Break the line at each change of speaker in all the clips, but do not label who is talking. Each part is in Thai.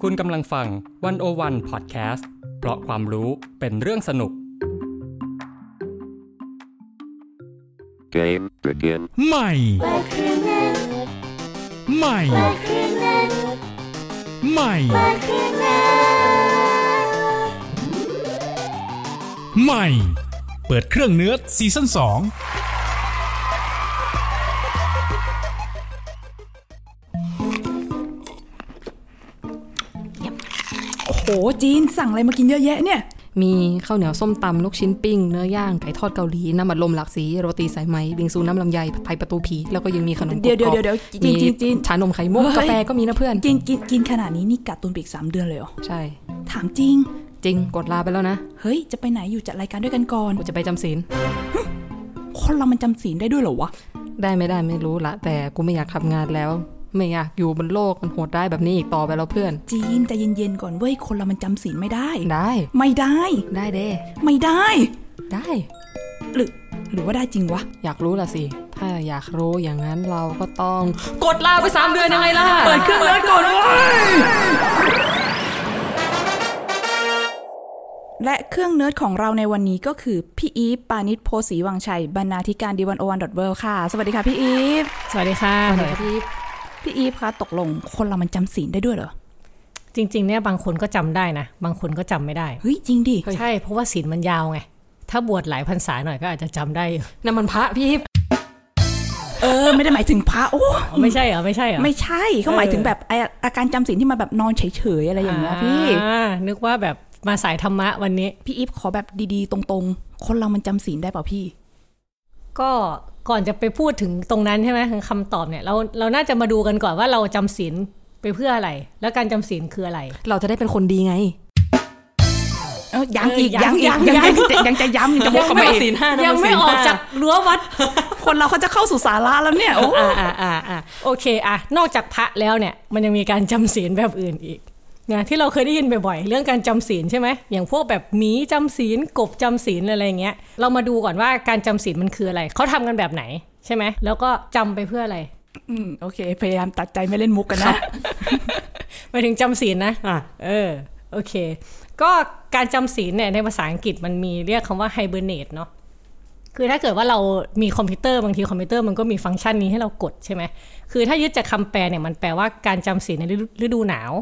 คุณกำลังฟังวันโอวันพอดแคสต์เพราะความรู้เป็นเรื่องสนุก
Game begin.
ใหม่ใหม่ใหม่ใหม่ เปิดเครื่องเนื้อซีซั่น2
โอ้โหจีนสั่งอะไรมากินเยอะแยะเนี่ย
มีข้าวเหนียวส้มตำลูกชิ้นปิ้ง เนื้อย่าง ไก่ทอดเกาหลี น้ำมันลมหลากสีโรตีสายไหมบิงซูน้ำลำไยผัดไทยประตูผี แล้วก็ยังมีขนมกรุบ
เดี๋ยว
กรอบ
เดี๋ยวเดี๋ยวจีนจีนจีน
มีชานมไข่มุก
เฮ้ย
กาแฟก็มีนะเพื่อน
กินกินกินขนาดนี้นี่กัดตุนไปอีกสามเดือนเลยเหรอ
ใช่
ถามจริง
จริงกดลาไปแล้วนะ
เฮ้ย จะไปไหนอยู่จัดรายการด้วยกันก่อน
กูจะไปจำศีล
คนเรามันจำศีลได้ด้วยเหรอวะ
ได้ไม่ได้ไม่รู้ละ แต่กูไม่อยากทำงานแล้ว ไม่อยากอยู่บนโลกมันโหดได้ายแบบนี้อีกต่อไปแล้วเพื่อน
จีนใจเย็นๆก่อนเว้ย คนเรามันจำศีลไม่ได้
ได้
ไม่ได้
ได้เด้
ไม่ได้
ได้
หรือ หรือว่าได้จริงวะ
อยากรู้ละสิ ถ้าอยากรู้อย่างนั้นเราก็ต้อง กดลาไปสามเดือนยังไงล่ะ
เปิดเครื่องเลิศก่อนเว้ยและเครื่องเนิร์ดของเราในวันนี้ก็คือ พี่อีฟปานิชโพสีวังชัยบรรณาธิการดีวันโอวันดอทเวค่ะ สวัสดีค่ะพี่อีฟ
สวัสดีค่ะ
พี่พี่อีฟคะตกลงคนเรามันจำศีลได้ด้วยเหรอ
จริง ๆ เนี่ยบางคนก็จำได้นะ บางคนก็จำไม่ได้
เฮ้ย จริงดิ
ใช่ เพราะว่าศีลมันยาวไง ถ้าบวชหลายพรรษาหน่อยก็อาจจะจำได้อยู่
น้ำมันพระพี่
เออ ไม่ได้หมายถึงพระโอ้
อ๋อไม่ใช่เหรอ ไม่ใช่เหรอ
ไม่ใช่เขาหมายถึงแบบไอ้อาการจำศีลที่มันแบบนอนเฉยๆอะไรอย่างเงี้ยพี่
อ่านึกว่าแบบมาสายธรรมะวันนี้
พี่อีฟขอแบบดีๆ ตรงๆ คนเรามันจำศีลได้เปล่าพี่
ก็ก่อนจะไปพูดถึงตรงนั้นใช่ไหมถึงคำตอบเนี่ย เราเราน่าจะมาดูกันก่อนว่าเราจำศีลไปเพื่ออะไร แล้วการจำศีลคืออะไร
เราจะได้เป็นคนดีไง
เออยังอีก
เออยั
ยัง
ง
ยัง
ยั
ยัง งยังจะย้ำยังจะวกกลับมาอีก
ยังไม่ออกจากรั้ววัด
คนเราเขาจะเข้าสู่สาระแล้วเนี่ยโอ้
อ่าอ่าอ่าอ่าโอเคอ่ะนอกจากพระแล้วเนี่ย มันยังมีการจำศีลแบบอื่นอีกนะที่เราเคยได้ยินบ่อยๆเรื่องการจำศีลใช่ไหมอย่างพวกแบบหมีจำศีลกบจำศีลอะไรอย่างเงี้ย เรามาดูก่อนว่าการจำศีลมันคืออะไรเขาทำกันแบบไหนใช่ไหมแล้วก็จำไปเพื่ออะไร
อืมโอเค พยายามตัดใจไม่เล่นมุกกันนะ
หมายถึงจำศีลนะอ่ะเออโอเค ก็การจำศีลเนี่ยในภาษาอังกฤษมันมีเรียกคำว่า hibernate เนาะ คือถ้าเกิดว่าเรามีคอมพิวเตอร์บางทีคอมพิวเตอร์มันก็มีฟังก์ชันนี้ให้เรากดใช่ไหม คือถ้ายึดจากคำแปลเนี่ยมันแปลว่าการจำศีลในฤดูฤดูหนาว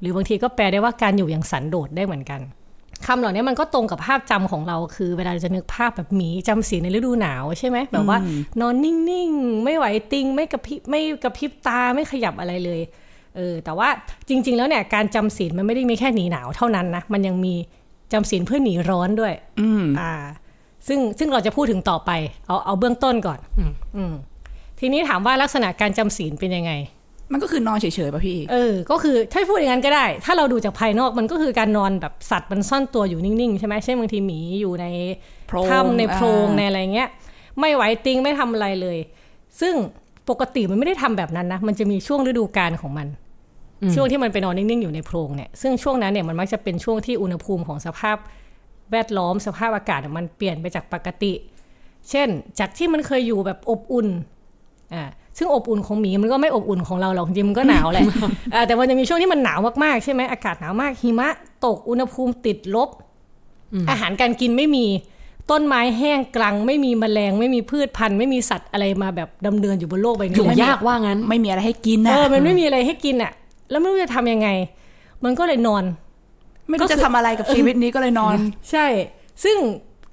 หรือบางทีก็แปลได้ว่าการอยู่อย่างสันโดษได้เหมือนกันคำเหล่านี้มันก็ตรงกับภาพจำของเรา คือเวลาเราจะนึกภาพแบบหมีจำศีลในฤดูหนาวใช่ไหมแบบว่านอนนิ่งๆ ไม่ไหวติงไม่กระพริบไม่กระพริบตาไม่ขยับอะไรเลยเออแต่ว่าจริง ๆ แล้วเนี่ยการจำศีลมันไม่ได้มีแค่หนีหนาวเท่านั้นนะมันยังมีจำศีลเพื่อหนีร้อนด้วยอ่า ซึ่งซึ่งเราจะพูดถึงต่อไป เอาเอาเบื้องต้นก่อนอืมทีนี้ถามว่าลักษณะการจำศีลเป็นยังไง
มันก็คือนอนเฉยๆป่ะพี่
เออ ก็คือถ้าพูดอย่างนั้นก็ได้ ถ้าเราดูจากภายนอกมันก็คือการนอนแบบสัตว์มันซ่อนตัวอยู่นิ่งๆ ใช่ไหมเช่นบางทีหมีอยู่ใน
โพรง
ถ้ำในโพรง
อ่า
ในอะไรเงี้ย ไม่ไหวติงไม่ทำอะไรเลย ซึ่งปกติมันไม่ได้ทำแบบนั้นนะ มันจะมีช่วงฤดูกาลของมัน ช่วงที่มันไปนอนนิ่งๆ อยู่ในโพรงเนี่ย ซึ่งช่วงนั้นเนี่ยมันมักจะเป็นช่วงที่อุณหภูมิของสภาพแวดล้อมสภาพอากาศเนี่ยมันเปลี่ยนไปจากปกติ เช่น จากที่มันเคยอยู่แบบอบอุ่น อ่า ซึ่งอบอุ่นของหมีมันก็ไม่อบอุ่นของเราหรอกจริงๆมันก็หนาว แหละ อ่าแต่มันจะมีช่วงที่มันหนาวมากๆ ใช่ไหมอากาศหนาวมาก หิมะตก อุณหภูมิติดลบ อาหารการกินไม่มี ต้นไม้แห้งกรัง ไม่มีแมลง ไม่มีพืชพันธุ์ ไม่มีสัตว์อะไรมาแบบดำเนินอยู่บนโลกใบนี้
อยู่ยากว่างั้น
ไม่มีอะไรให้กินนะ
เออ มันไม่มีอะไรให้กินอ่ะ แล้วไม่รู้จะทำยังไง มันก็เลยนอน
ไม่รู้จะทำอะไรกับชีวิตนี้ก็เลยนอน
ใช่ ซึ่ง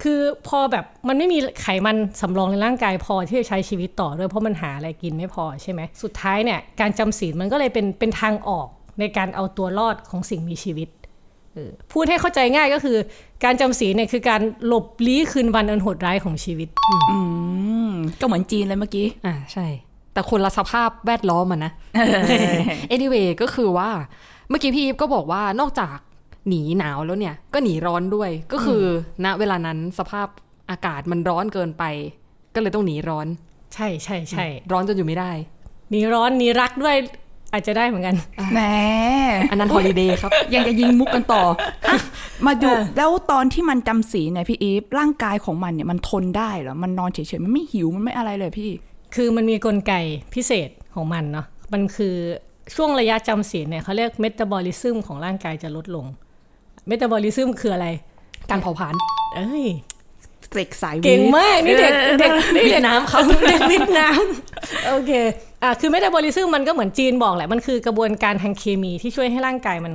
คือพอแบบมันไม่มีไขมันสำรองในร่างกายพอที่จะใช้ชีวิตต่อด้วยเพราะมันหาอะไรกินไม่พอใช่ไหม สุดท้ายเนี่ยการจำศีลมันก็เลยเป็นเป็นทางออกในการเอาตัวรอดของสิ่งมีชีวิตเออพูดให้เข้าใจง่ายก็คือ การจำศีลเนี่ยคือการหลบลี้คืนวันอันโหดร้ายของชีวิต
ก็เหมือนจีนเลยเมื่อกี้
อ่าใช่ แต่คนละสภาพแวดล้อมมันนะ anyway ก็คือว่า เมื่อกี้พี่อีฟก็บอกว่านอกจากหนีหนาวแล้วเนี่ย ก็หนีร้อนด้วย ก็คือณเวลานั้นสภาพอากาศมันร้อนเกินไป ก็เลยต้องหนีร้อน
ใช่ใช่ใช่
ร้อนจนอยู่ไม่ได้
หนีร้อนหนีรักด้วยอาจจะได้เหมือนกัน
แหม
อันนั้น ฮอลิเดย์ ครับ
ยังจะยิงมุกกันต่ออ่ะมาดูแล้วตอนที่มันจำศีลเนี่ยพี่อีฟร่างกายของมันเนี่ยมันทนได้เหรอ มันนอนเฉยๆ มันไม่หิวมันไม่อะไรเลยพี่
คือมันมีกลไกพิเศษของมันเนาะ มันคือ ช่วงระยะจำศีลเนี่ยเขาเรียกเมตาบอลิซึมของร่างกายจะลดลง เมตาบอลิซึมคืออะไร
การเผาผลาญ
เอ้ย
เด็กสายวิทย์
เก่งมาก นี่เด็กเด็กนี่เด็กน้ ำครับเด็กวิทย์น้ำโอเคอ่ะคือเมตาบอลิซึมมันก็เหมือนจีนบอกแหละ มันคือกระบวนการทางเคมีที่ช่วยให้ร่างกายมัน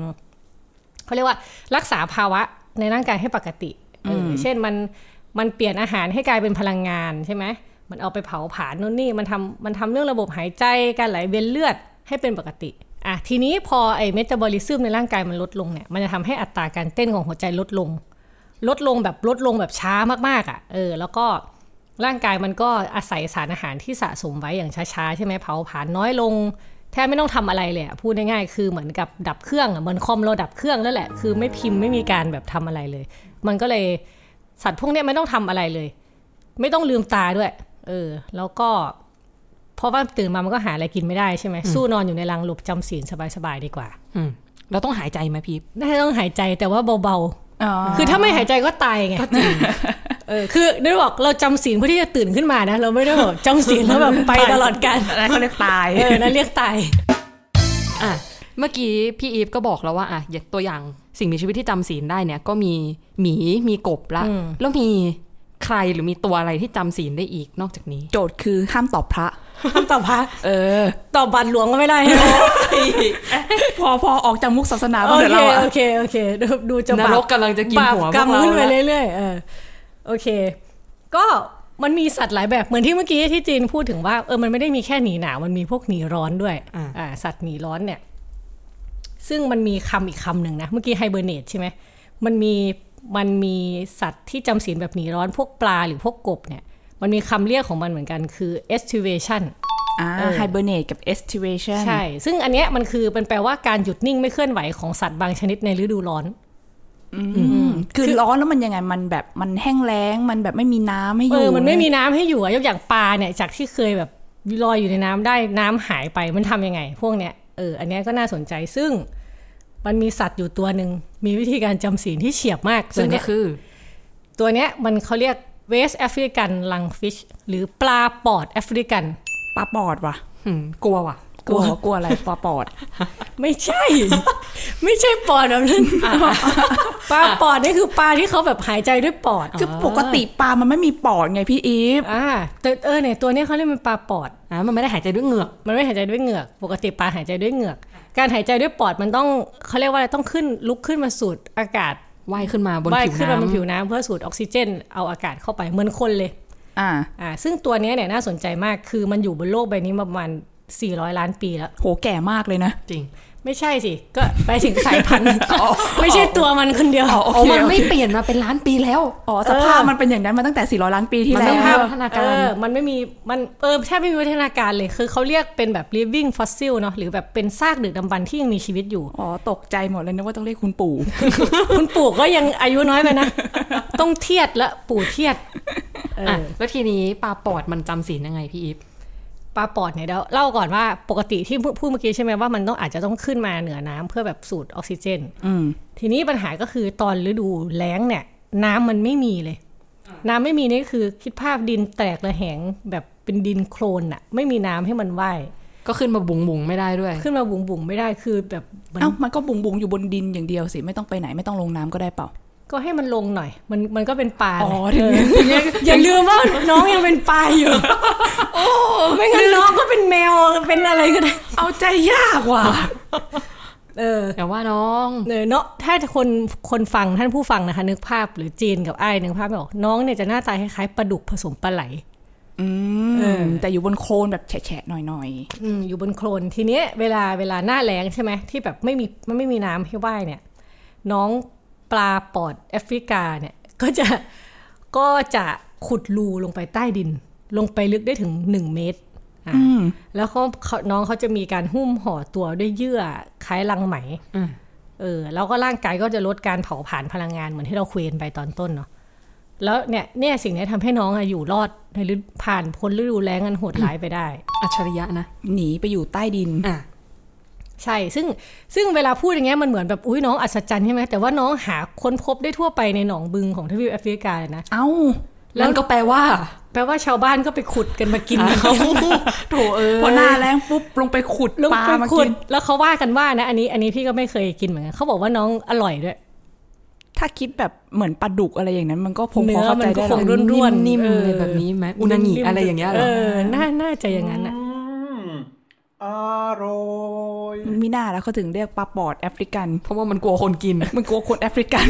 เขาเรียกว่ารักษาภาวะในร่างกายให้ปกติเออเช่นมันมันเปลี่ยนอาหารให้กลายเป็นพลังงานใช่ไหมมันเอาไปเผาผลาญนู่นนี่มันทำมันทำเรื่องระบบหายใจการไหลเวียนเลือดให้เป็นปกติอ่ะทีนี้พอไอ้เมตาบอลิซึมในร่างกายมันลดลงเนี่ยมันจะทำให้อัตราการเต้นของหัวใจลดลง ลดลงแบบลดลงแบบช้ามากๆอ่ะเออ แล้วก็ร่างกายมันก็อาศัยสารอาหารที่สะสมไว้อย่างช้าๆ ใช่ไหมเผาผลาญน้อยลง แทบไม่ต้องทำอะไรเลยอะพูดง่ายๆคือเหมือนกับดับเครื่องอะเหมือนคอมเราดับเครื่องนั่นแหละ คือไม่พิมพ์ไม่มีการแบบทำอะไรเลย มันก็เลยสัตว์พวกเนี้ยไม่ต้องทำอะไรเลย ไม่ต้องลืมตาด้วย เออ แล้วก็ เพราะว่าตื่นมามันก็หาอะไรกินไม่ได้ใช่ไหมสู้นอนอยู่ในรังหลบจำศีลสบายๆดีกว่า
อืมเราต้องหายใจไหมพี่
น่าจะต้องหายใจแต่ว่าเบาๆ
อ๋อ
คือถ้าไม่หายใจก็ตายไงเออคือได้บอกเราจำศีลเพื่อที่จะตื่นขึ้นมานะ เราไม่ได้บอกจำศีล แล้วแบบไปตลอดกาล
อะไรเขาเรียกตาย
เออนั่นเรียก ตาย
อ่ะเมื่อกี้พี่อีฟก็บอกแล้วว่าอ่ะอย่างตัวอย่างสิ่งมีชีวิตที่จำศีลได้เนี่ย ก็มีหมีมีกบละ
อืม
แล้วมีใครหรือมีตัวอะไรที่จำศีลได้อีกนอกจากนี้
โจทย์คือห้ามตอบพระ
คำตอบพระ
เออ
ตอบบัตรหลวงก็ไม่ได้
พอพอออกจากมุกศาสนา
โอ
บ้างเดี๋ยว
เค
เราอะ
โอเคโอเคดูดูจะ
น
บาร ป
กกำลังจะกินหัว
บาป
พ
กร
วก
รม
เรา
ขึ้นไป
แล้ว
เรื่อยๆเออโอเค ก็มันมีสัตว์หลายแบบเหมือนที่เมื่อกี้ที่จีนพูดถึงว่าเออมันไม่ได้มีแค่หนีหนาวมันมีพวกหนีร้อนด้วยอ่าสัตว์หนีร้อนเนี่ย ซึ่งมันมีคำอีกคำหนึ่งนะ เมื่อกี้ไฮเบอร์เนตใช่ไหมมันมีมันมีสัตว์ที่จำศีลแบบหนีร้อน พวกปลาหรือพวกกบเนี่ย มันมีคำเรียกของมันเหมือนกันคือ estivation
อ่าไฮเบอร์เนตกับ estivation
ใช่ ซึ่งอันเนี้ยมันคือมันแปลว่าการหยุดนิ่งไม่เคลื่อนไหวของสัตว์บางชนิดในฤดูร้อน
อืมคือร้อนแล้วมันยังไง มันแบบ มันแห้งแล้ง มันแบบไม่มีน้ำให้อ
เอยู่ อ มันไม่มีน้ำให้อยู่อะยกอย่างปลาเนี่ย จากที่เคยแบบลอยอยู่ในน้ำได้น้ำหายไปมันทำยังไง พวกเนี้ย เออ อันเนี้ยก็น่าสนใจ ซึ่งมันมีสัตว์อยู่ตัวหนึ่ง มีวิธีการจำศีลที่เฉียบมาก
ซึ่
ซึ่
ง
ง
ก็
เนี้ย
คือ
ตัวเนี้ยมันเขาเรียกเวสแอฟริกันลังฟิชหรือปลาปอดแอฟริกัน
ปลาปอดว่ะ
หืมกลัวว่ะ
กลัวกลัวอะไรปลาปอด
ไม่ใช่ ไม่ใช่ปอดแบบนั้น ปลาปอดนี่คือปลาที่เขาแบบหายใจด้วยปอด
คือปกติปลามันไม่มีปอดไงพี่อีฟ
อ่าแต่เออเนี่ยตัวเนี้ยเขาเรียกมันปลาปอด
อ่ะมันไม่ได้หายใจด้วยเหงือก
มันไม่หายใจด้วยเหงือก ปกติปลาหายใจด้วยเหงือก การหายใจด้วยปอดมันต้องเขาเรียกว่าอะไรต้องขึ้นลุกขึ้นมาสูดอากาศ
ว่ายขึ้นมาบน
ว่าย
ผิว
ขึ้นมา
น้ำ
บนผิวน้ำเพื่อสูดออกซิเจน เอาอากาศเข้าไปเหมือนคนเลย
อ่า
อ่าซึ่งตัวเนี้ยเนี่ยน่าสนใจมากคือมันอยู่บนโลกใบนี้มาประมาณ 400 ล้านปีแล้ว
โหแก่มากเลยนะ
จริง
ไม่ใช่สิ ก็ไปถึงสายพันธุ์ ไม่ใช่ตัวมันคนเดียว
โอ
อ๋อ
เค
มัน
โอเค
ไม่เปลี่ยนมาเป็นล้านปีแล้ว
อ๋อ สภาพมันเป็นอย่างนั้นมาตั้งแต่ 400 ล้านปีที่
มัน
แล้
ไม่
ว
ภาพพัฒนาการ
เออมันไม่มี มัน เออ แทบไม่มีวัฒนาการเลย คือเขาเรียกเป็นแบบ living fossil เนอะหรือแบบเป็นซากดึกดำบรรพ์ที่ยังมีชีวิต อยู่
อ๋อ ตกใจหมดเลยนึกว่าต้องเรียกคุณปู่
คุณปู่ก็ยังอายุน้อยไปนะ ต้องเทียดละปู่เทียดเอออ
อ่ะแล้วทีนี้ปลาปอดมันจำศีลยังไงพี่อีฟ
ปลาปอดเนี่ยเดี๋ยวเล่าก่อนว่าปกติที่พูพูดเมื่อกี้ใช่ไหมว่ามันต้องอาจจะต้องขึ้นมาเหนือน้ำเพื่อแบบสูดออกซิเจน
อืม
ทีนี้ปัญหาก็คือตอนฤดูแล้งเนี่ย น้ำมันไม่มีเลย น้ำไม่มีนี่คือคิดภาพดินแตกระแหงแบบเป็นดินโคลนอะไม่มีน้ำให้มันว่าย
ก็ขึ้นมาบุงบุงไม่ได้ด้วย
ขึ้นมาบุ๋งบุ๋งๆไม่ได้คือแบบมัน
เอ้า มันก็บุงบุงอยู่บนดินอย่างเดียวสิ ไม่ต้องไปไหนไม่ต้องลงน้ำก็ได้เปล่า
ก็ให้มันลงหน่อย มันมันก็เป็นปลา
อ๋อ
ไง
ถึงถึ
เออ
งเรียก
อย่าลืมว่าน้องยังเป็นปลาอยู่ โอ้ไม่งั้นน้องก็เป็นแมวเป็นอะไรก็ได้
เอาใจยากว่ะ
เออ
แต่ว่าน้อง
เออเนาะถ้าคนคนฟังท่านผู้ฟังนะคะ นึกภาพหรือจีนกับไอ้ายนึกภาพไม่ออกน้องเนี่ยจะหน้าตาคล้ายๆปลาดุกผสมปลาไหล
อื
เออ
ม แต่อยู่บนโคลนแบบแฉะๆหน่อย
อืมอยู่บนโคลนทีเนี้ยเวลาเวลาหน้าแล้งใช่ไหมที่แบบไม่มีมันไม่มีน้ำให้ว่ายเนี่ย น้องปลาปอดแอฟริกาเนี่ย ก็จะก็จะขุดรูลงไปใต้ดิน ลงไปลึกได้ถึงหนึ่งเมตรอ่ะ
ๆอืม
แล้วเขาเขาน้องเขาจะมีการหุ้มห่อตัวด้วยเยื่อคล้ายลังไหม
อืม
เออ แล้วก็ร่างกายก็จะลดการเผาผลาญพลังงานเหมือนที่เราคุยกันไปตอนต้นเนาะ แล้วเนี่ยเนี่ยสิ่งเนี้ยทำให้น้องอะอยู่รอดในฤดูผ่านพ้นฤดูแล้งอันโหดร้ายไปได้
อัจฉริยะนะ
หนีไปอยู่ใต้ดิน
อ่ะ
ใช่ ซึ่งซึ่งเวลาพูดอย่างเงี้ยมันเหมือนแบบอุ้ยน้องอัศจรรย์ใช่ไหมแต่ว่าน้องหาค้นพบได้ทั่วไปในหนองบึงของทวีปแอฟริกาเลยนะ
เอ้า
แล้วก็แปลว่า
แปลว่าชาวบ้านก็ไปขุดกันมากิน
อ่า
เขา โถเออ
พอหน้าแรงปุ๊บลงไปขุด
ลง
ปลา
ไป
มา
ขุ
กิ
ด
น
แล้วเขาว่ากันว่านะ อันนี้อันนี้พี่ก็ไม่เคยกินเหมือนกันเขาบอกว่าน้องอร่อยด้วย
ถ้าคิดแบบเหมือนปลาดุกอะไรอย่างนั้น มันก็คง
เนื้
พอ
อ
เข้า
มัน
ใจ
ก็
ได้
คง
แหละ
ร่วน
นิ่มๆ
เ
อะไรแบบนี้ไหมอุนางิอะไรอย่างเงี้ยเหรอ
เออน่าน่าจะอย่างนั้นอ่ะ
อร่อย
มิน่าแล้วเขาถึงเรียกปลาปอดแอฟริกัน
เพราะว่ามันกลัวคนกิน
มันกลัวคนแอฟริกัน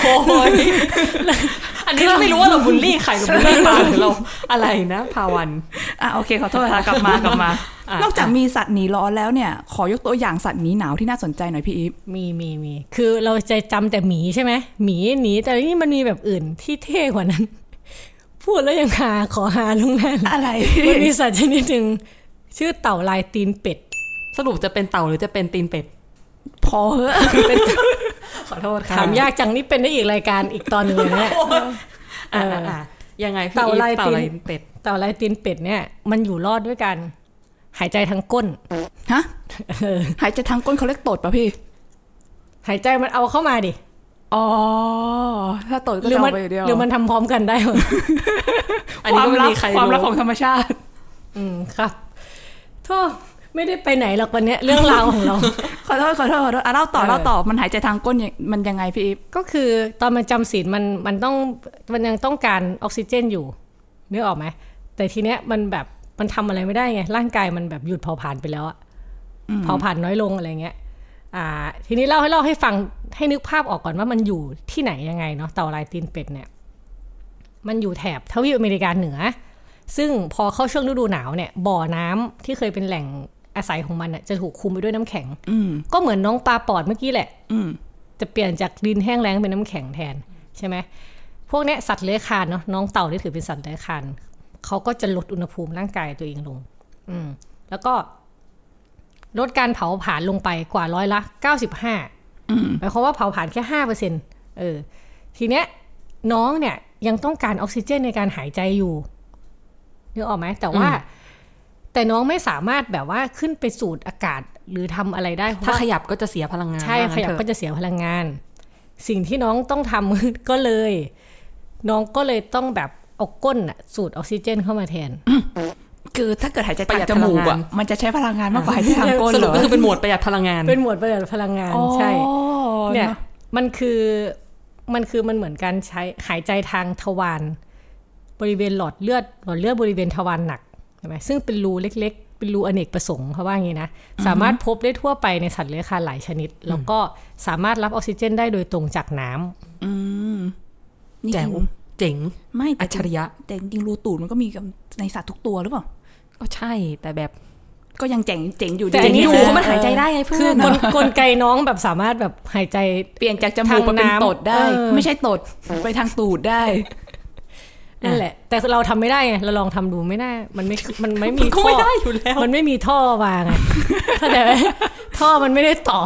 โอ้ยอันนี้ เราไม่รู้ว่าเราบูลลี่ใครหรือบูลลี่ปลาห รือเราอะไรนะพาวัน
อ่ะโอเคขอโทษค่ะกลับมากลับมา นอกจากมีสัตว์หนีร้อนแล้วเนี่ย ขอยกตัวอย่างสัตว์หนีหนาวที่น่าสนใจหน่อยพี่อีฟ
มีมีมี คือเราจะจำแต่หมีใช่ไหมหมีหนีแต่นี่มันมีแบบอื่นที่เท่กว่านั้น พูดแล้วยังหาขอหาลงนั่น
อะไร
มันมีสัตว์ชนิดหนึ่งชื่อเต่าลายตีนเป็ด
สรุปจะเป็นเต่าหรือจะเป็นตี นเป็ด
พอเหอะ
เป็น
ขอโทษค่ะ
ถามยากจังนี่เป็นได้อีกรายการอีกตอนหนึ่งเลย นะ
อ่ะอ่ะอ่ะยังไงพี่
เต่า
อีฟ
ลาย
เต่า
ตีน
ลายเป็ด
เต่าลายตีนเป็ดเนี่ยมันอยู่รอดด้วยกัน หายใจทางก้น
ฮ ะหายใจทางก้นเขาเรียกตดป่ะพี่
หายใจมันเอาเข้ามาดิ
อ๋อถ้าตดก็
หรือ
จะ
มั
เอา
น
ไปเดียว
หรือมันทำพร้อมกันได้หมด
อันนี้ก็ไม่มีใคร
ความลับ
รู้
ของธรรมชาติ
อืมครับโทษไม่ได้ไปไหนหรอกวันเนี้ยเรื่องราวของเรา
ขอโทษขอโทษขอโทษอ่ะเล่าต่อเล่าต่อมันหายใจทางก้นยังมันยังไงพี่อีฟ
ก็คือตอนมันจำศีลมันมันต้องมันยังต้องการออกซิเจนอยู่นึกออกไหมแต่ทีเนี้ยมันแบบมันทำอะไรไม่ได้ไงร่างกายมันแบบหยุดเผาผลาญไปแล้วอะเผาผลาญน้อยลงอะไรเงี้ย อ่า ทีนี้เล่าให้เล่าให้ฟังให้นึกภาพออกก่อนว่ามันอยู่ที่ไหนยังไงเนาะเต่าลายตีนเป็ดเนี่ย มันอยู่แถบทวีปอเมริกาเหนือ ซึ่งพอเข้าช่วงฤดูหนาวเนี่ย บ่อน้ำที่เคยเป็นแหล่งอาศัยของมันอะจะถูกคุมไปด้วยน้ำแข็ง
อืม
ก็เหมือนน้องปลาปอดเมื่อกี้แหละ
อืม
จะเปลี่ยนจากดินแห้งแล้งเป็นน้ำแข็งแทนใช่ไหมพวกเนี้ยสัตว์เลื้อยคลานเนาะน้องเต่าที่ถือเป็นสัตว์เลื้อยคลานเขาก็จะลดอุณหภูมิร่างกายตัวเองลง อืม แล้วก็ ลดการเผาผลาญลงไปกว่าร้อยละเก้าสิบห้าหมายความว่าเผาผลาญแค่ห้าเปอร์เซ็นเออ ทีเนี้ย น้องเนี่ยยังต้องการออกซิเจนในการหายใจอยู่นึกออกไหมแต่ว่า แต่น้องไม่สามารถแบบว่าขึ้นไปสูดอากาศหรือทำอะไรได้เพราะ
ถ้า
ว่า
ขยับก็จะเสียพลังงาน
ใช่
ว่า
ข
งั้น
ยับ
เถอะ
ก็จะเสียพลังงาน สิ่งที่น้องต้องทำ ก็เลย น้องก็เลยต้องแบบเอาก้นน่ะสูดออกซิเจนเข้ามาแทน
คือถ้าเกิดหายใจทางจมูกอ่ะมันจะใช้พลังงานมากกว่าหายใจทางก้น
ส
เห
รุ
ร
ป
อ
ก็คือเป็นหมวดประหยัดพลังงาน
เป็นหมวดประหยัดพลังงานใช่
อ๋อ
เนี่ย
เนอะ
มันคือมันคือมันเหมือนการใช้หายใจทางทวารบริเวณหลอดเลือดหลอดเลือดบริเวณทวารหนักใช่ไหมซึ่งเป็นรูเล็ก ๆ เป็นรูอเนกประสงค์เขาว่าอย่างนี้นะสามารถพบได้ทั่วไปในสัตว์เลื้อยคลานหลายชนิด แล้วก็สามารถรับออกซิเจนได้โดยตรงจากน้ำ
นี่
แจ๋ว
คือ
เจ๋ง
ไม่
อั
แต่
จฉริยะ
แต่จริงๆรูตูดมันก็มีกับในสัตว์ทุกตัวหรือเปล่า
ก็ใช่แต่แบบ
ก็ยังเจ๋งเจ๋งอยู่ดี
แต่อันนี้
อยู่
คือ
เพราะมันหายใจได้ไงเพื่
คื
อน
อกลกลไกน้องแบบสามารถแบบหายใจ
เปลี่ยนจากจมูกมาเป็น
ทางน้ำ
ตดได้
เออ
ไม่ใช่ตดไปทางตูดได้
นั่นแหละ แต่เราทำไม่ได้ไงเราลองทำดูไม่น่ามันไม่มันไม่
มั
มี
นก็
ท่
ไม่ได้อยู่แล้ว
มันไม่มีท่อมาไง เข้าใจไหมท่อมันไม่ได้ต่อ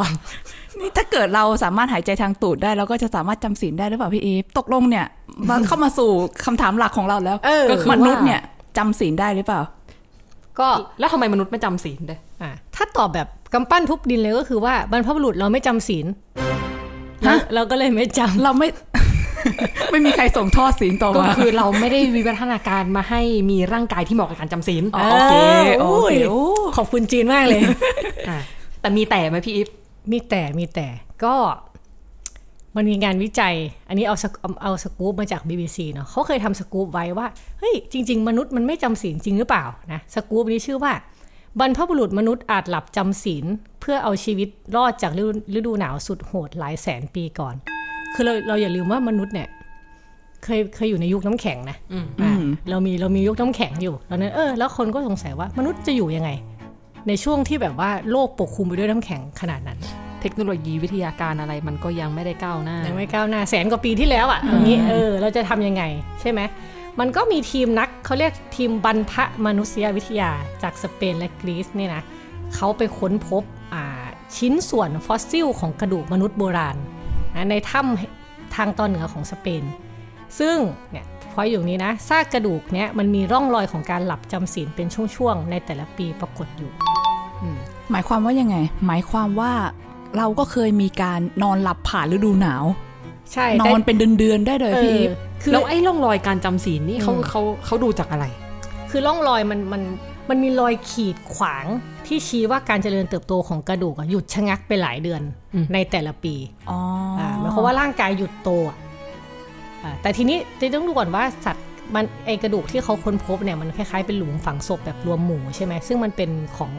นี่ถ้าเกิดเราสามารถหายใจทางตูดได้เราก็จะสามารถจำศีลได้หรือเปล่าพี่อีฟตกลงเนี่ยมันเข้ามาสู่คำถามหลักของเราแล้ว
เออ
ก็คือ
ว่า
มนุษย์เนี่ยจำศีลได้หรือเปล่า
ก็
แล้วทำไมมนุษย์ไม่จำศีลด้วย
อ่ะถ้าตอบแบบกำปั้นทุบดินเลยก็คือว่าบรรพบุรุษเราไม่จำศีล
ฮะ
เราก็เลยไม่จำ
เราไม่ ไม่มีใครส่งทอดศีลต่อ
ก็
มา
คือเราไม่ได้วิวัฒนาการมาให้มีร่างกายที่เหมาะกับการจำศีล
อ๋อโอเคโอเค
ย
โอ้
ขอบคุณจีนมากเลย
ะแต่มีแต่ไหมพี่อีฟ
มีแต่มีแต่ก็มันมีงานวิจัย อันนี้เอาสกเอาเอาสกู๊ปมาจาก BBC เนาะเขาเคยทำสกู๊ปไว้ว่า เฮ้ย จริง ๆ มนุษย์มันไม่จำศีลจริงหรือเปล่านะสกู๊ปนี้ชื่อว่า บรรพบุรุษมนุษย์อาจหลับจำศีลเพื่อเอาชีวิตรอดจากฤดูฤดูหนาวสุดโหดหลายแสนปีก่อน คือเราเราอย่าลืมว่ามนุษย์เนี่ย เคยเคยอยู่ในยุคน้ำแข็งนะอ่ะเรามีเรามียุคน้ำแข็งอยู่แล้วนั้นเออแล้วคนก็สงสัยว่ามนุษย์จะอยู่ยังไง ในช่วงที่แบบว่าโลกปกคลุมไปด้วยน้ำแข็งขนาดนั้น
เทคโนโลยีวิทยาการอะไรมันก็ยังไม่ได้ก้าวหน้า
ยังไม่ก้าวหน้าแสนกว่าปีที่แล้วอ่ะตรงนี้เออเราจะทำยังไงใช่ไหมมันก็มีทีมนักเขาเรียกทีมบรรพมนุษยวิทยาจากสเปนและกรีซเนี่ยนะเขาไปค้นพบอ่าชิ้นส่วนฟอสซิลของกระดูกมนุษย์โบราณนะในถ้ำทางตอนเหนือของสเปน ซึ่งเนี่ยพออยู่นี้นะซากกระดูกเนี่ยมันมีร่องรอยของการหลับจำศีลเป็นช่วงๆในแต่ละปีปรากฏอยู่
หมายความว่ายังไง หมายความว่าเราก็เคยมีการนอนหลับผ่านฤดูหนาว
ใช่
น
แต่
อนเป็นเดือนๆได้เลย
เอ
พี่
อ
อีฟ
คือ
แล้วไอ้ร่องรอยการจำศีลนี่เขาเขาเขาดูจากอะไร
คือร่องรอยมันมันมันมีรอยขีดขวางที่ชี้ว่าการเจริญเติบโตของกระดูกอะหยุดชะงักไปหลายเดือน
อืม
ในแต่ละปี
อ๋ออ
อ่าหมายความว่าร่างกายหยุดโตอ่ะอ่าแต่ทีนี้จะต้องดูก่อนว่าสัตว์มันไอกระดูกที่เขาค้นพบเนี่ยมันคล้ายๆเป็นหลุมฝังศพแบบรวมหมู่ใช่ไหมซึ่งมันเป็นของ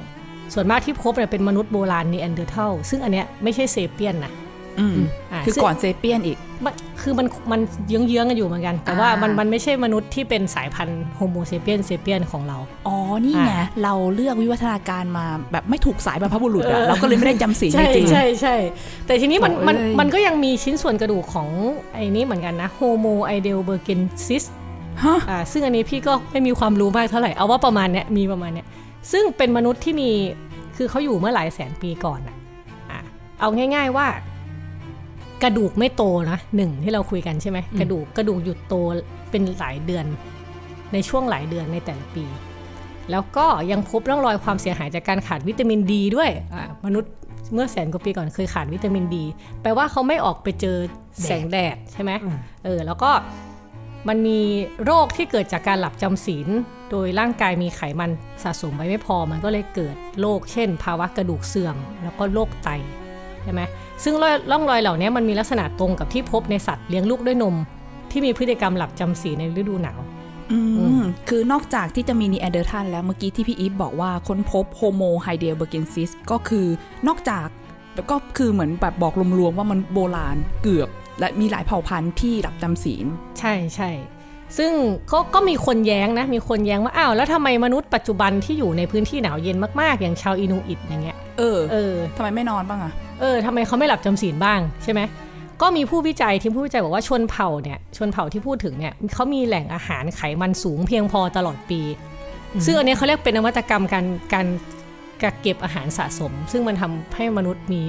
ส่วนมากที่พบเนี่ยเป็นมนุษย์โบราณนีแอนเดอร์เทลซึ่งอันเนี้ยไม่ใช่เซเปียนนะ
อืม
อ่า
คือ
ซึ่ง
ก่อนเซเปียนอีก
มันคือมันมันเยื้องๆกันอยู่เหมือนกัน แต่ว่า
อ่ามั
มันมันไม่ใช่มนุษย์ที่เป็นสายพันธุ์โฮโมเซเปียนเซเปียนของเรา
อ๋อ นี่ไง
อ่า
เราเลือกวิวัฒนาการมาแบบไม่ถูกสายบรรพบุรุษอะเราก็เลยไม่ได้จำศีลจริงๆ
ใช่ใช่แต่ทีนี้มัน
โอ้ย
มันมันก็ยังมีชิ้นส่วนกระดูกของไอ้นี้เหมือนกันนะโฮโมไอเดลเบอร์เกนซิส
ฮะ
อ่าซึ่งอันนี้พี่ก็ไม่มีความรู้มากเท่าไหร่ เอาว่าประมาณเนี้ยมีประมาณเนี้ยซึ่งเป็นมนุษย์ที่มีคือเขาอยู่เมื่อหลายแสนปีก่อนอ่ะอ่ะเอาง่าย ๆว่า กระดูกไม่โตนะหนึ่งที่เราคุยกันใช่ไหมกระดูกกระดูกหยุดโตเป็นหลายเดือน ในช่วงหลายเดือนในแต่ละปี แล้วก็ยังพบร่องรอยความเสียหายจากการขาดวิตามินดีด้วยอ่ะมนุษย์เมื่อแสนกว่าปีก่อนเคยขาดวิตามินดีแปลว่าเขาไม่ออกไปเจอแสงแดดใช่ไหมเออแล้วก็ มันมีโรคที่เกิดจากการหลับจำศีล โดยร่างกายมีไขมันสะสมไว้ไม่พอ มันก็เลยเกิดโรค เช่น ภาวะกระดูกเสื่อม แล้วก็โรคไต ใช่ไหม ซึ่งรอยร่องรอยเหล่านี้มันมีลักษณะตรงกับที่พบในสัตว์เลี้ยงลูกด้วยนม ที่มีพฤติกรรมหลับจำศีลในฤดูหนาว
อืมคือนอกจากที่จะมีนีแอนเดอร์ทันแล้วเมื่อกี้ที่พี่อีฟบอกว่าค้นพบโฮโมไฮเดลเบอร์เกนซิสก็คือนอกจากก็คือเหมือนแบบบอกรวมๆว่ามันโบราณเกือบ และมีหลายเผ่าพันธุ์ที่รับจำศีล
ใช่ใช่ ซึ่งก็ก็มีคนแย้งนะ มีคนแย้งว่า อ้าว แล้วทำไมมนุษย์ปัจจุบันที่อยู่ในพื้นที่หนาวเย็นมากๆ อย่างชาวอินูอิตอย่างเงี้ย
เออ
เออ
ทำไมไม่นอนบ้างอะ
เออทำไมเขาไม่หลับจำศีลบ้างใช่ไหม ก็มีผู้วิจัยทีมผู้วิจัยบอกว่าชนเผ่าเนี่ย ชนเผ่าที่พูดถึงเนี่ยเขามีแหล่งอาหารไขมันสูงเพียงพอตลอดปี ซึ่งอันเนี้ยเขาเรียกเป็นนวัตกรรมการการกักเก็บอาหารสะสม ซึ่งมันทำให้มนุษย์มี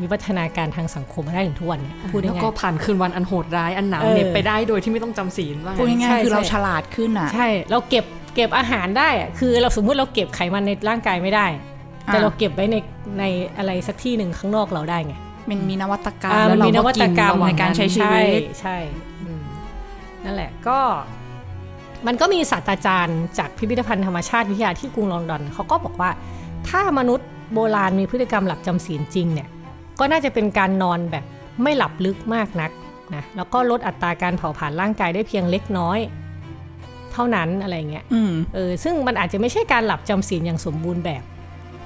วิวัฒนาการทางสังคมมาได้ถึงทุกวันเนี่ยพูดได้
แล้ว
ไง
ก็ผ่านคืนวันอันโหดร้ายอันหนาว
เออ
เหน็บไปได้โดยที่ไม่ต้องจำศีลว่า
พูด
งั้น
ง่า
ใช่
ยๆคือเรา
ใช่
ฉลาดขึ้นอะ
ใช่ เราเก็บเก็บอาหารได้อะคือเราสมมุติเราเก็บไขมันในร่างกายไม่ได้ แต่
อ่า
เราเก็บไว้ในในอะไรสักที่หนึ่งข้างนอกเราได้ไง
มันมีนวัตกรรม
อ่า
แล้วน
มั
เรา
มีน
ก็
วัต
กิน
กรรม
ระหว่างการใช้ชีวิต
ใช่ใช่อืมนั่นแหละก็มันก็มีศาสตราจารย์จากพิพิธภัณฑ์ธรรมชาติวิทยาที่กรุงลอนดอนเขาก็บอกว่า ถ้ามนุษย์โบราณมีพฤติกรรมหลับจำศีลจริงเนี่ย ก็น่าจะเป็นการนอนแบบไม่หลับลึกมากนักนะแล้วก็ลดอัตราการเผาผลาญร่างกายได้เพียงเล็กน้อย เท่านั้นอะไรเงี้ย
อืม
เออซึ่งมันอาจจะไม่ใช่การหลับจำศีลอย่างสมบูรณ์แบบ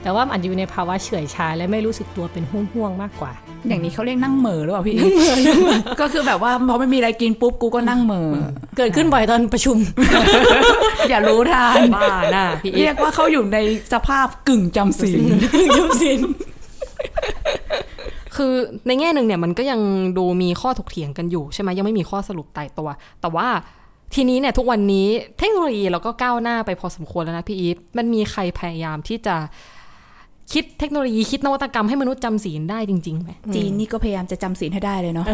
แต่ว่ามันอาจจะอยู่ในภาวะเฉื่อยชาและไม่รู้สึกตัวเป็นห่วงๆมากกว่า
อย่างนี้เขาเรียกนั่งเหม่อหรือเปล่าพี่ ก็คือแบบว่าพอไม่มีอะไรกินปุ๊บกูก็นั่งเหม่อ
เกิดขึ้นบ่อยตอนประชุม
อย่ารู้ทาน
บ้าหน้าพี่อี
เรีย
ฟ
กว่าเขาอยู่ในสภาพกึ่งจำศีล
จำศีล
คือในแง่หนึ่งเนี่ยมันก็ยังดูมีข้อถกเถียงกันอยู่ใช่ไหมยังไม่มีข้อสรุปตายตัว แต่ว่าทีนี้เนี่ยทุกวันนี้เทคโนโลยีเราก็ก้าวหน้าไปพอสมควรแล้วนะพี่อีฟมันมีใครพยายามที่จะคิดเทคโนโลยีคิดนวัตกรรมให้มนุษย์จำศีลได้จริงๆไหม
จีนนี่ก็พยายามจะจำศีลให้ได้เลยเนาะ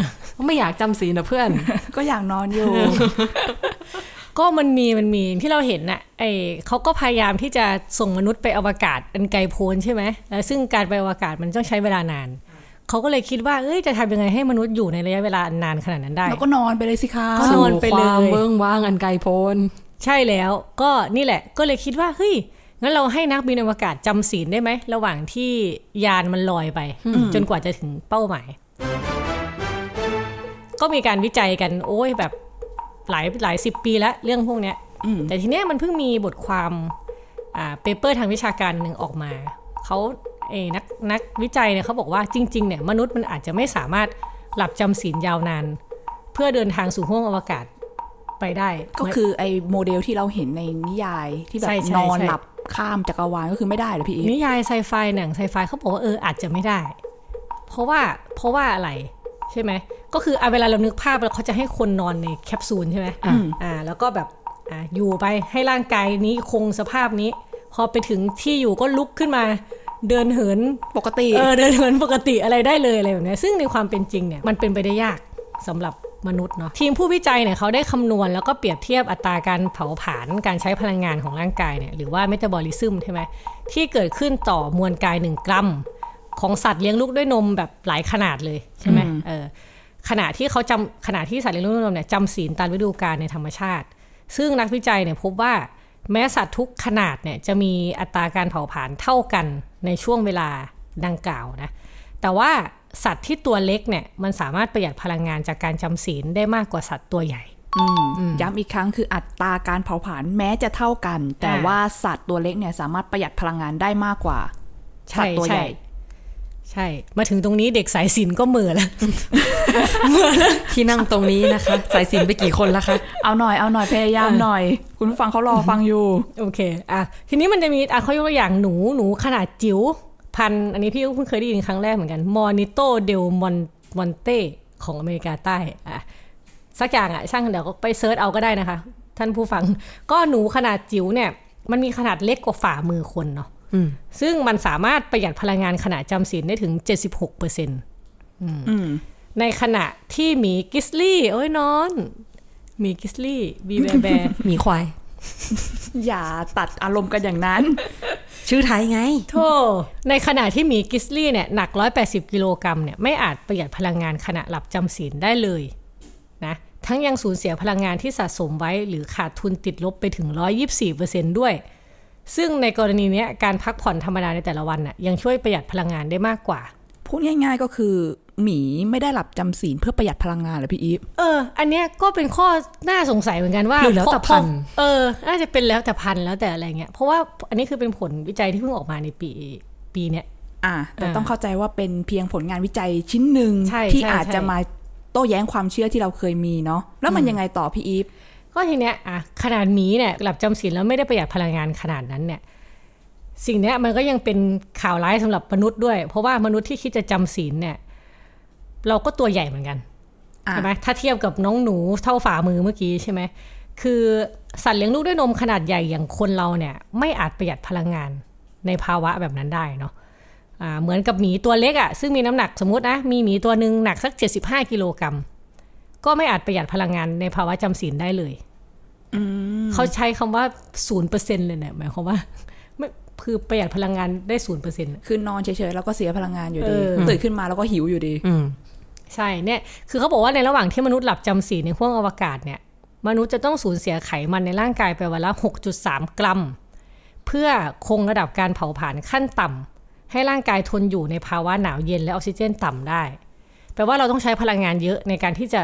ไม่อยากจำศีลนะเพื่อน
ก็อยากนอนอยู่
ก็มันมีมันมีที่เราเห็นน่ะไอเขาก็พยายามที่จะส่งมนุษย์ไปอวกาศอันไกลโพ้นใช่ไหมแล้วซึ่งการไปอวกาศมันต้องใช้เวลานาน เขาก็เลยคิดว่าเอ้ยจะทำยังไงให้มนุษย์อยู่ในระยะเวลาอันนานขนาดนั้นได้
แล้วก็นอนไปเลยสิคะ
ก็ นอนไปเล
สู่ค
ย
วามเบื้องว่างอันไกลโพ้น
ใช่แล้วก็นี่แหละก็เลยคิดว่าเฮ้ยงั้นเราให้นักบินอวกาศจำศีลได้ไหมระหว่างที่ยานมันลอยไป จนกว่าจะถึงเป้าหมาย ก็มีการวิจัยกันโอ้ยแบบหลายหลายสิบปีแล้วเรื่องพวกเนี้ยแต่ทีเนี้ยมันเพิ่งมีบทความอ่าเปเปอร์ทางวิชาการหนึ่งออกมาเขาเอยนักนักวิจัยเนี่ยเขาบอกว่าจริงๆเนี่ยมนุษย์มันอาจจะไม่สามารถหลับจำศีลยาวนาน เพื่อเดินทางสู่ห้วงอวกาศไปได้
ก็คือไอ้โมเดลที่เราเห็นในนิยายที่แบบ
ใช่ใช่
นอน
ใช่
หลับข้ามจักรวาลก็คือไม่ได้เหรอพี่อีฟ
นิยายไซไฟหนังไซไฟเขาบอกว่าเอออาจจะไม่ได้ เพราะว่าเพราะว่าอะไรใช่ไหมก็คือเอาเวลาเรานึกภาพแล้วเขาจะให้คนนอนในแคปซูลใช่ไหม
อืม
อ่าแล้วก็แบบอ่าอยู่ไปให้ร่างกายนี้คงสภาพนี้ พอไปถึงที่อยู่ก็ลุกขึ้นมา เดินเหิน
ปกติ
เออเดินเหินปกติอะไรได้เลยอะไรแบบเนี้ยซึ่งในความเป็นจริงเนี่ยมันเป็นไปได้ยากสำหรับมนุษย์เนาะทีมผู้วิจัยเนี่ยเขาได้คำนวณแล้วก็เปรียบเทียบอัตราการเผาผลาญการใช้พลังงานของร่างกายเนี่ยหรือว่าเมตาบอลิซึมใช่ไหมที่เกิดขึ้นต่อมวลกาย 1 กรัม ของสัตว์เลี้ยงลูกด้วยนมแบบหลายขนาดเลยใช่ไหมเออ ขณะที่เขาจำขณะที่สัตว์เลี้ยงลูกด้วยนมเนี่ยจำศีลตามฤดูกาลในธรรมชาติ ซึ่งนักวิจัยเนี่ยพบว่าแม้สัตว์ทุกขนาดเนี่ยจะมีอัตราการเผาผลาญเท่ากันในช่วงเวลาดังกล่าวนะ แต่ว่าสัตว์ที่ตัวเล็กเนี่ยมันสามารถประหยัดพลังงานจากการจำศีลได้มากกว่าสัตว์ตัวใหญ่
อืมย้ำอีกครั้งคืออัตราการเผาผลาญแม้จะเท่ากัน แต่
อ่า
ว่าสัตว์ตัวเล็กเนี่ยสามารถประหยัดพลังงานได้มากกว่าสัตว์ตัวใหญ่
ใช่ มาถึงตรงนี้เด็กสายศีลก็เหมือแล้ว
ที่นั่งตรงนี้นะคะ สายสินไปกี่คนละคะ
เอาหน่อยเอาหน่อยพยายามหน่อย คุณผู้ฟังเขารอฟังอยู่
โอเค อ่ะ ทีนี้มันจะมี อ่ะเขายกตัวอย่างหนู หนูขนาดจิ๋ว พันธุ์อันนี้พี่ก็เพิ่งเคยได้ยินครั้งแรกเหมือนกัน มอนิโตเดลมอนมอนเตของอเมริกาใต้ อ่ะ สักอย่างอ่ะ ช่างเดี๋ยวก็ไปเซิร์ชเอาก็ได้นะคะ ท่านผู้ฟัง ก็หนูขนาดจิ๋วเนี่ย มันมีขนาดเล็กกว่าฝ่ามือคนเนาะ
อืม
ซึ่งมันสามารถประหยัดพลังงานขณะจำศีลได้ถึง 76เปอร์เซ็นต์
อืม
ในขณะที่หมีกิสลี่ โอ้ยนอนหมีกิสลี่ บีแบร์แบร์
หมีควาย
อย่าตัดอารมณ์กันอย่างนั้น
ชื่อไทยไง
โธ่ในขณะที่หมีกิสลี่เนี่ยหนัก 180 กิโลกรัมเนี่ยไม่อาจประหยัดพลังงานขณะหลับจำศีลได้เลยนะทั้งยังสูญเสียพลังงานที่สะสมไว้ หรือขาดทุนติดลบไปถึง 124%ด้วย ซึ่งในกรณีเนี้ยการพักผ่อนธรรมดาในแต่ละวันน่ะยังช่วยประหยัดพลังงานได้มากกว่า
พูดง่ายๆก็คือ หมีไม่ได้หลับจำศีลเพื่อประหยัดพลังงานเหรอพี่อีฟ
เออ อันเนี้ยก็เป็นข้อน่าสงสัยเหมือนกันว่า
หรือแล้วแต่
เพ
พั
ราะ
นธุ์
เออ น่าจะเป็นแล้วแต่พันธุ์แล้วแต่อะไรเงี้ย เพราะว่าอันนี้คือเป็นผลวิจัยที่เพิ่งออกมาในปีปีเนี้ย
อ่ะแต่
อ่า
ต้องเข้าใจว่าเป็นเพียงผลงานวิจัยชิ้นหนึ่ง
ใช่
ที่
ใช่
อาจ
ใช่
จะมาโต้แย้งความเชื่อที่เราเคยมีเนาะแล้วมันยังไงต่อพี่อีฟ
ก็ทีเนี้ยอ่ะขนาดหมีเนี่ยหลับจำศีลแล้วไม่ได้ประหยัดพลังงานขนาดนั้นเนี่ยสิ่งเนี้ยมันก็ยังเป็นข่าวร้ายสำหรับมนุษย์ด้วย เพราะว่ามนุษย์ที่คิดจะจำศีลเนี่ย เราก็ตัวใหญ่เหมือนกัน
อ่ะ
ใช่ไหมถ้าเทียบกับน้องหนูเท่าฝ่ามือเมื่อกี้ใช่ไหมคือสัตว์เลี้ยงลูกด้วยนมขนาดใหญ่อย่างคนเราเนี่ย ไม่อาจประหยัดพลังงานในภาวะแบบนั้นได้เนาะอ่าเหมือนกับหมีตัวเล็กอะ่ะซึ่งมีน้ำหนักสมมตินะมีหมีตัวหนึ่งหนักสัก 75กิโลกรัมก็ไม่อาจประหยัดพลังงานในภาวะจำศีลได้เลย เขาใช้คำว่าศูนย์เปอร์เซ็นเลยเนี่ยหมายความว่าไม่คือประหยัดพลังงานได้ศูนย์เปอร์เซ็น
คือนอนเฉยๆแล้วก็เสียพลังงานอยู่ดี
เออ
ตื่นขึ้นมาแล้วก็หิวอยู่ดี
อืม
ใช่เนี่ยคือเขาบอกว่าในระหว่างที่มนุษย์หลับจำศีลในห้วงอวกาศเนี่ย มนุษย์จะต้องสูญเสียไขมันในร่างกายไปวันละ 6.3 กรัม เพื่อคงระดับการเผาผลาญขั้นต่ำให้ร่างกายทนอยู่ในภาวะหนาวเย็นและออกซิเจนต่ำได้ แปลว่าเราต้องใช้พลังงานเยอะในการที่จะ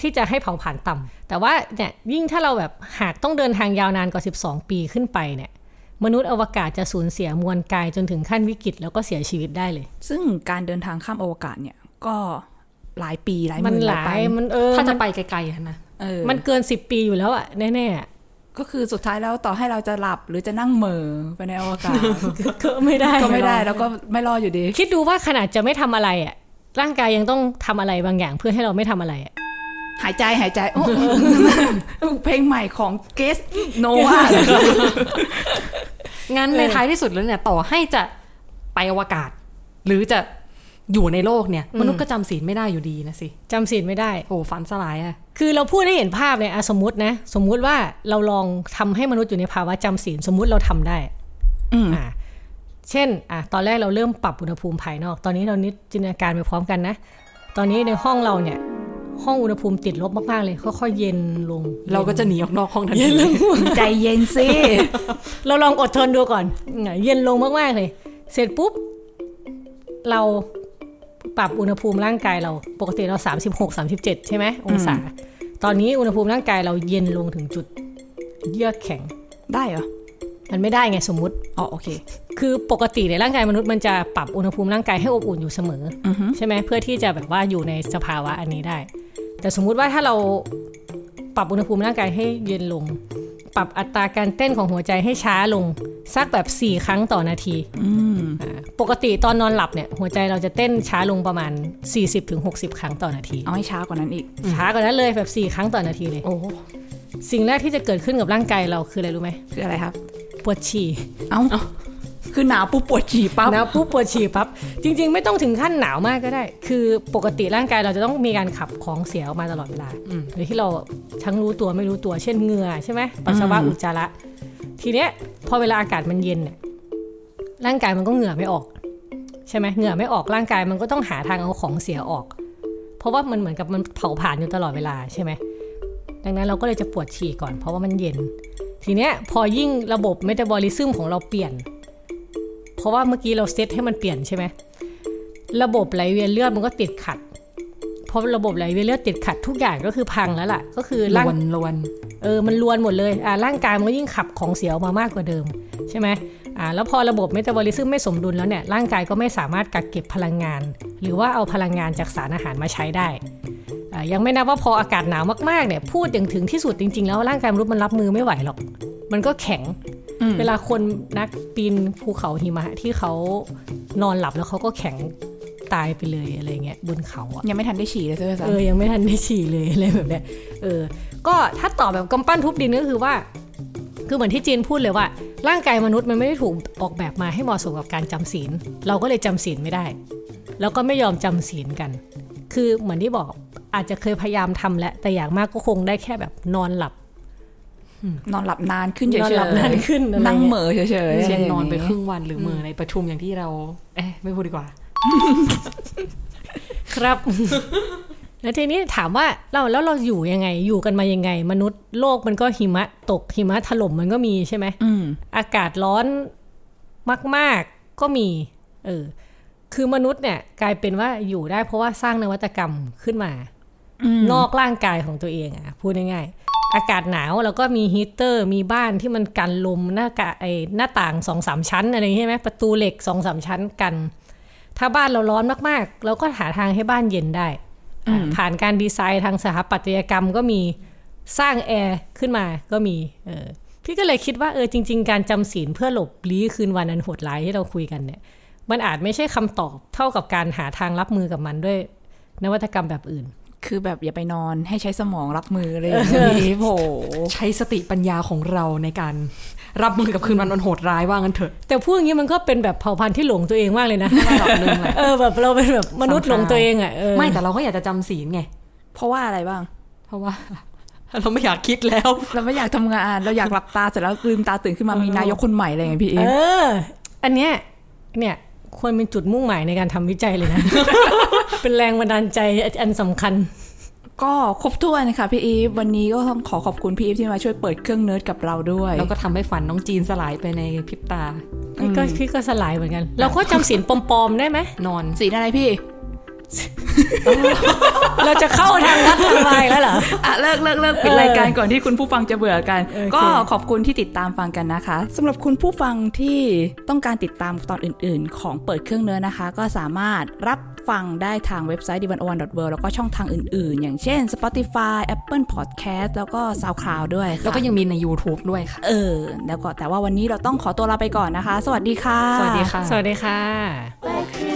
ที่จะให้เผาผลาญต่ำแต่ว่าเนี่ยยิ่งถ้าเราแบบหากต้องเดินทางยาวนานกว่า 12 ปีขึ้นไปเนี่ย มนุษย์อวกาศจะสูญเสียมวลกายจนถึงขั้นวิกฤตแล้วก็เสียชีวิตได้เลย
ซึ่งการเดินทางข้ามอวกาศเนี่ย ก็หลายปีหลายห
มัน
มื่น
ห
หลาย
ลา
ปั
ย
น
มันเออ
ถ้า
มั
จะ
น
ไปไกลๆอะนะ
เออ
มันเกิน 10 ปีอยู่แล้วอะแน่ๆอะ
ก็คือสุดท้ายแล้วต่อให้เราจะหลับหรือจะนั่งเหม่อไปในอวกาศ
ก็ไม่ได้
ก็ไม่ได้แล้วก็ไม่รอดอยู่ดี
คิดดูว่าขนาดจะไม่ทำอะไรอะร่างกายยังต้องทำอะไรบางอย่างเพื่อให้เราไม่ทำอะไรอะ
หายใจหายใจโอ้โหเพลงใหม่ของเกสโนวา
งั้นในท้ายที่สุดแล้วเนี่ย ต่อให้จะไปอวกาศ หรือจะอยู่ในโลกเนี่ย มนุษย์ก็จำศีลไม่ได้อยู่ดีนะสิ
จำศีลไม่ได้
โหฝันสลายอะ
คือเราพูดให้เห็นภาพเนี่ยอะสมมตินะ สมมุติว่าเราลองทำให้มนุษย์อยู่ในภาวะจำศีลสมมุติเราทำได้อ่าเช่นอ่ะตอนแรกเราเริ่มปรับอุณหภูมิภายนอก ตอนนี้เรานิดจินตนาการไปพร้อมกันนะ ตอนนี้ในห้องเราเนี่ย ห้องอุณหภูมิติดลบมากๆเลยค่อยๆเย็นลง
เราก็จะหนีออกนอกห้องทัน
เย็
ที
นลง
ใจเย็นสิ
เราลองอดทนดูก่อนเย็นลงมาก ๆ เลย เสร็จปุ๊บ เราปรับอุณหภูมิร่างกายเราปกติเรา 36 37 ใช่ไหมองศา ตอนนี้อุณหภูมิร่างกายเราเย็นลงถึงจุด เยือกแข็ง
ได้เหรอ
มันไม่ได้ไงสมมติ
อ๋อโอเค
คือปกติในยร่างกายมนุษย์มันจะปรับอุณหภูมิร่างกายให้อบอุ่นอยู่เสมออใช่ไหมเพื่อที่จะแบบว่าอยู่ในสภาวะอันนี้ได้ แต่สมมุติว่าถ้าเราปรับอุณหภูมิร่างกายให้เย็นลง ปรับอัตราการเต้นของหัวใจให้ช้าลงสักแบบ 4 ครั้งต่อนาทีอ่าปกติตอนนอนหลับเนี่ยหัวใจเราจะเต้นช้าลงประมาณ 40-60 ครั้งต่อนาที
เอาให้ช้ากว่านั้นอีก
ช้ากว่านั้นเลยแบบ4ครั้งต่อนาทีเลย
โอ้โห
สิ่งแรกที่จะเกิดขึ้นกับร่างกายเราคืออะไรรู้ไหม
คืออะไรครับ
ปวดฉี่
เอ้าคือหนาวปุ๊บปวดฉี่ปั๊บ
หนาวปุ๊บปวดฉี่ปั๊บจริง ๆ ไม่ต้องถึงขั้นหนาวมากก็ได้ คือปกติร่างกายเราจะต้องมีการขับของเสียออกมาตลอดเวลาโดยที่เราทั้งรู้ตัวไม่รู้ตัวเช่นเหงื่อใช่ไหมปัสสาวะอุจจาระทีเนี้ยพอเวลาอากาศมันเย็นเนี่ยร่างกายมันก็เหงื่อไม่ออก ใช่ไหมเหงื่อไม่ออกร่างกายมันก็ต้องหาทางเอาของเสียออก พอ ราะว่ามันเหมือนกับมันเผาผลาญอยู่ตลอดเวลาใช่ไหม ดังนั้นเราก็เลยจะปวดฉี่ก่อนเพราะว่ามันเย็น ทีเนี้ยพอยิ่งระบบเมตาบอลิซึมของเราเปลี่ยน เพราะว่าเมื่อกี้เราเซตให้มันเปลี่ยนใช่ไหม ระบบไหลเวียนเลือดมันก็ติดขัด เพราะระบบไหลเวียนเลือดติดขัดทุกอย่างก็คือพังแล้วล่ะ ก็คือ
ล
ร่าง
วนลวน
เออ มันลวนหมดเลย อ่า ร่างกายมันก็ยิ่งขับของเสียออกมามากกว่าเดิม ใช่ไหมอ่า แล้วพอระบบเมตาบอลิซึมไม่สมดุลแล้วเนี่ย ร่างกายก็ไม่สามารถกักเก็บพลังงาน หรือว่าเอาพลังงานจากสารอาหารมาใช้ได้ อ่า ยังไม่นับว่าพออากาศหนาวมากๆ เนี่ย พูดอย่างถึงที่สุดจริง ๆ แล้วร่างกายมนุษย์มันรับมือไม่ไหวหรอก มันก็แข็ง เวลาคนนักปีนภูเขาหิมะที่เขานอนหลับแล้วเขาก็แข็งตายไปเลยอะไรเงี้ยบนเขาอะ
ยังไม่ทันได้ฉี่เลยใช่ไหมจ๊ะ
เออ ยังไม่ทันได้ฉี่เลย อะไรแบบเนี้ยเออ ก็ถ้าตอบแบบกำปั้นทุบดินก็คือว่า คือเหมือนที่จีนพูดเลยว่า ร่างกายมนุษย์มันไม่ได้ถูกออกแบบมาให้เหมาะสมกับการจำศีล เราก็เลยจำศีลไม่ได้ แล้วก็ไม่ยอมจำศีลกัน คือเหมือนที่บอกอาจจะเคยพยายามทำแล้วแต่อย่างมากก็คงได้แค่แบบนอนหลับ
นอนหลับนานขึ้นเฉย
นอนหลับนานขึ้นอะไร
นั่งเหม่อเฉยๆะ
ๆ
ร
เช่น
ย่างงี้
นอนไปครึ่งวันหรือมือในประชุมอย่างที่เรา เอ๊ะไม่พูดดีกว่า
ครับ แล้วทีนี้ถามว่าเราแล้วเราอยู่ยังไง อยู่กันมายังไง มนุษย์โลกมันก็หิมะตกหิมะถล่มมันก็มีใช่ไหม
อืม
อากาศร้อนมาก ๆ ก็มี เออ คือมนุษย์เนี่ยกลายเป็นว่าอยู่ได้เพราะว่าสร้างนวัตกรรมขึ้นมา นอกร่างกายของตัวเองอะพูดง่ายๆ อากาศหนาวแล้วก็มีฮีตเตอร์ มีบ้านที่มันกันลมหน้ากาไอหน้าต่างสองสามชั้นอะไรอย่างงี้ใช่ไหมประตูเหล็กสองสามชั้นกัน ถ้าบ้านเราร้อนมากๆ เราก็หาทางให้บ้านเย็นได้อ่ะผ่านการดีไซน์ทางสถาปัตยกรรมก็มีสร้างแอร์ขึ้นมาก็มีเออพี่ก็เลยคิดว่าเออจริง ๆ การจำศีลเพื่อหลบลี้คืนวันอันโหดร้ายที่เราคุยกันเนี่ย มันอาจไม่ใช่คำตอบเท่ากับการหาทางรับมือกับมันด้วยนวัตกรรมแบบอื่น
คือแบบอย่าไปนอนให้ใช้สมองรับมืออะไรอย่างนี้โผ
ใช้สติปัญญาของเราในการ รับมือกับคืนวันอันโหดร้ายว่างั้นเถอะ
แต่พูดอย่างนี้มันก็เป็นแบบเผ่าพันธุ์ที่หลงตัวเองมากเลยนะ
ระดับหนึ่งแหละ
เออแบบเราเป็นแบบมนุษย์หลงตัวเองอ่ะเออ
ไม่แต่เราก็อยากจะจำศีลไง
เพราะว่าอะไรบ้าง
เพราะว่า เราไม่อยากคิดแล้ว
เราไม่อยากทำงานเราอยากหลับตาเสร็จแล้วลืมตาตื่นขึ้นมามีนายกคนใหม่อะไรอย่างเงี้ยพี่
เอ
เอ๊ะ
อ อันเนี้ยเนี่ยควรเป็นจุดมุ่งหมายในการทำวิจัยเลยนะ เป็นแรงบันดาลใจอันสำคัญ
ก็ครบถ้วนค่ะพี่อีฟวันนี้ก็ต้องขอขอบคุณพี่อีฟที่มาช่วยเปิดเครื่องเนิร์ดกับเราด้วย
แล้วก็ทำให้ฝันน้องจีนสลายไปในพริบตา
พี่ก็พี่ก็สลายเหมือนกัน เราก็จำศีลปลอมๆได้ไหม
นอน
สีอะไรพี่
เราจะเข้าทางวัดทางลายแล้วเหรอ
อ่ะเลิกเลิกเลิกปิดรายการก่อนที่คุณผู้ฟังจะเบื่อกัน ก็ขอบคุณที่ติดตามฟังกันนะคะสำหรับคุณผู้ฟังที่ต้องการติดตามตอนอื่น ๆ ของเปิดเครื่องเนื้อนะคะ ก็สามารถรับฟังได้ทางเว็บไซต์ d i v a n o n e w o r l d แล้วก็ช่องทางอื่น ๆ อย่างเช่น Spotify Apple Podcast แล้วก็ SoundCloud ด้วยค่ะ
แล้วก็ยังมีใน YouTube ด้วยค่ะ
เออ แล้วก็แต่ว่าวันนี้เราต้องขอตัวลาไปก่อนนะคะ สวัสดีค่ะ
สวัสดีค่ะ
สวัสดีค่ะ
เปิดเครื่อง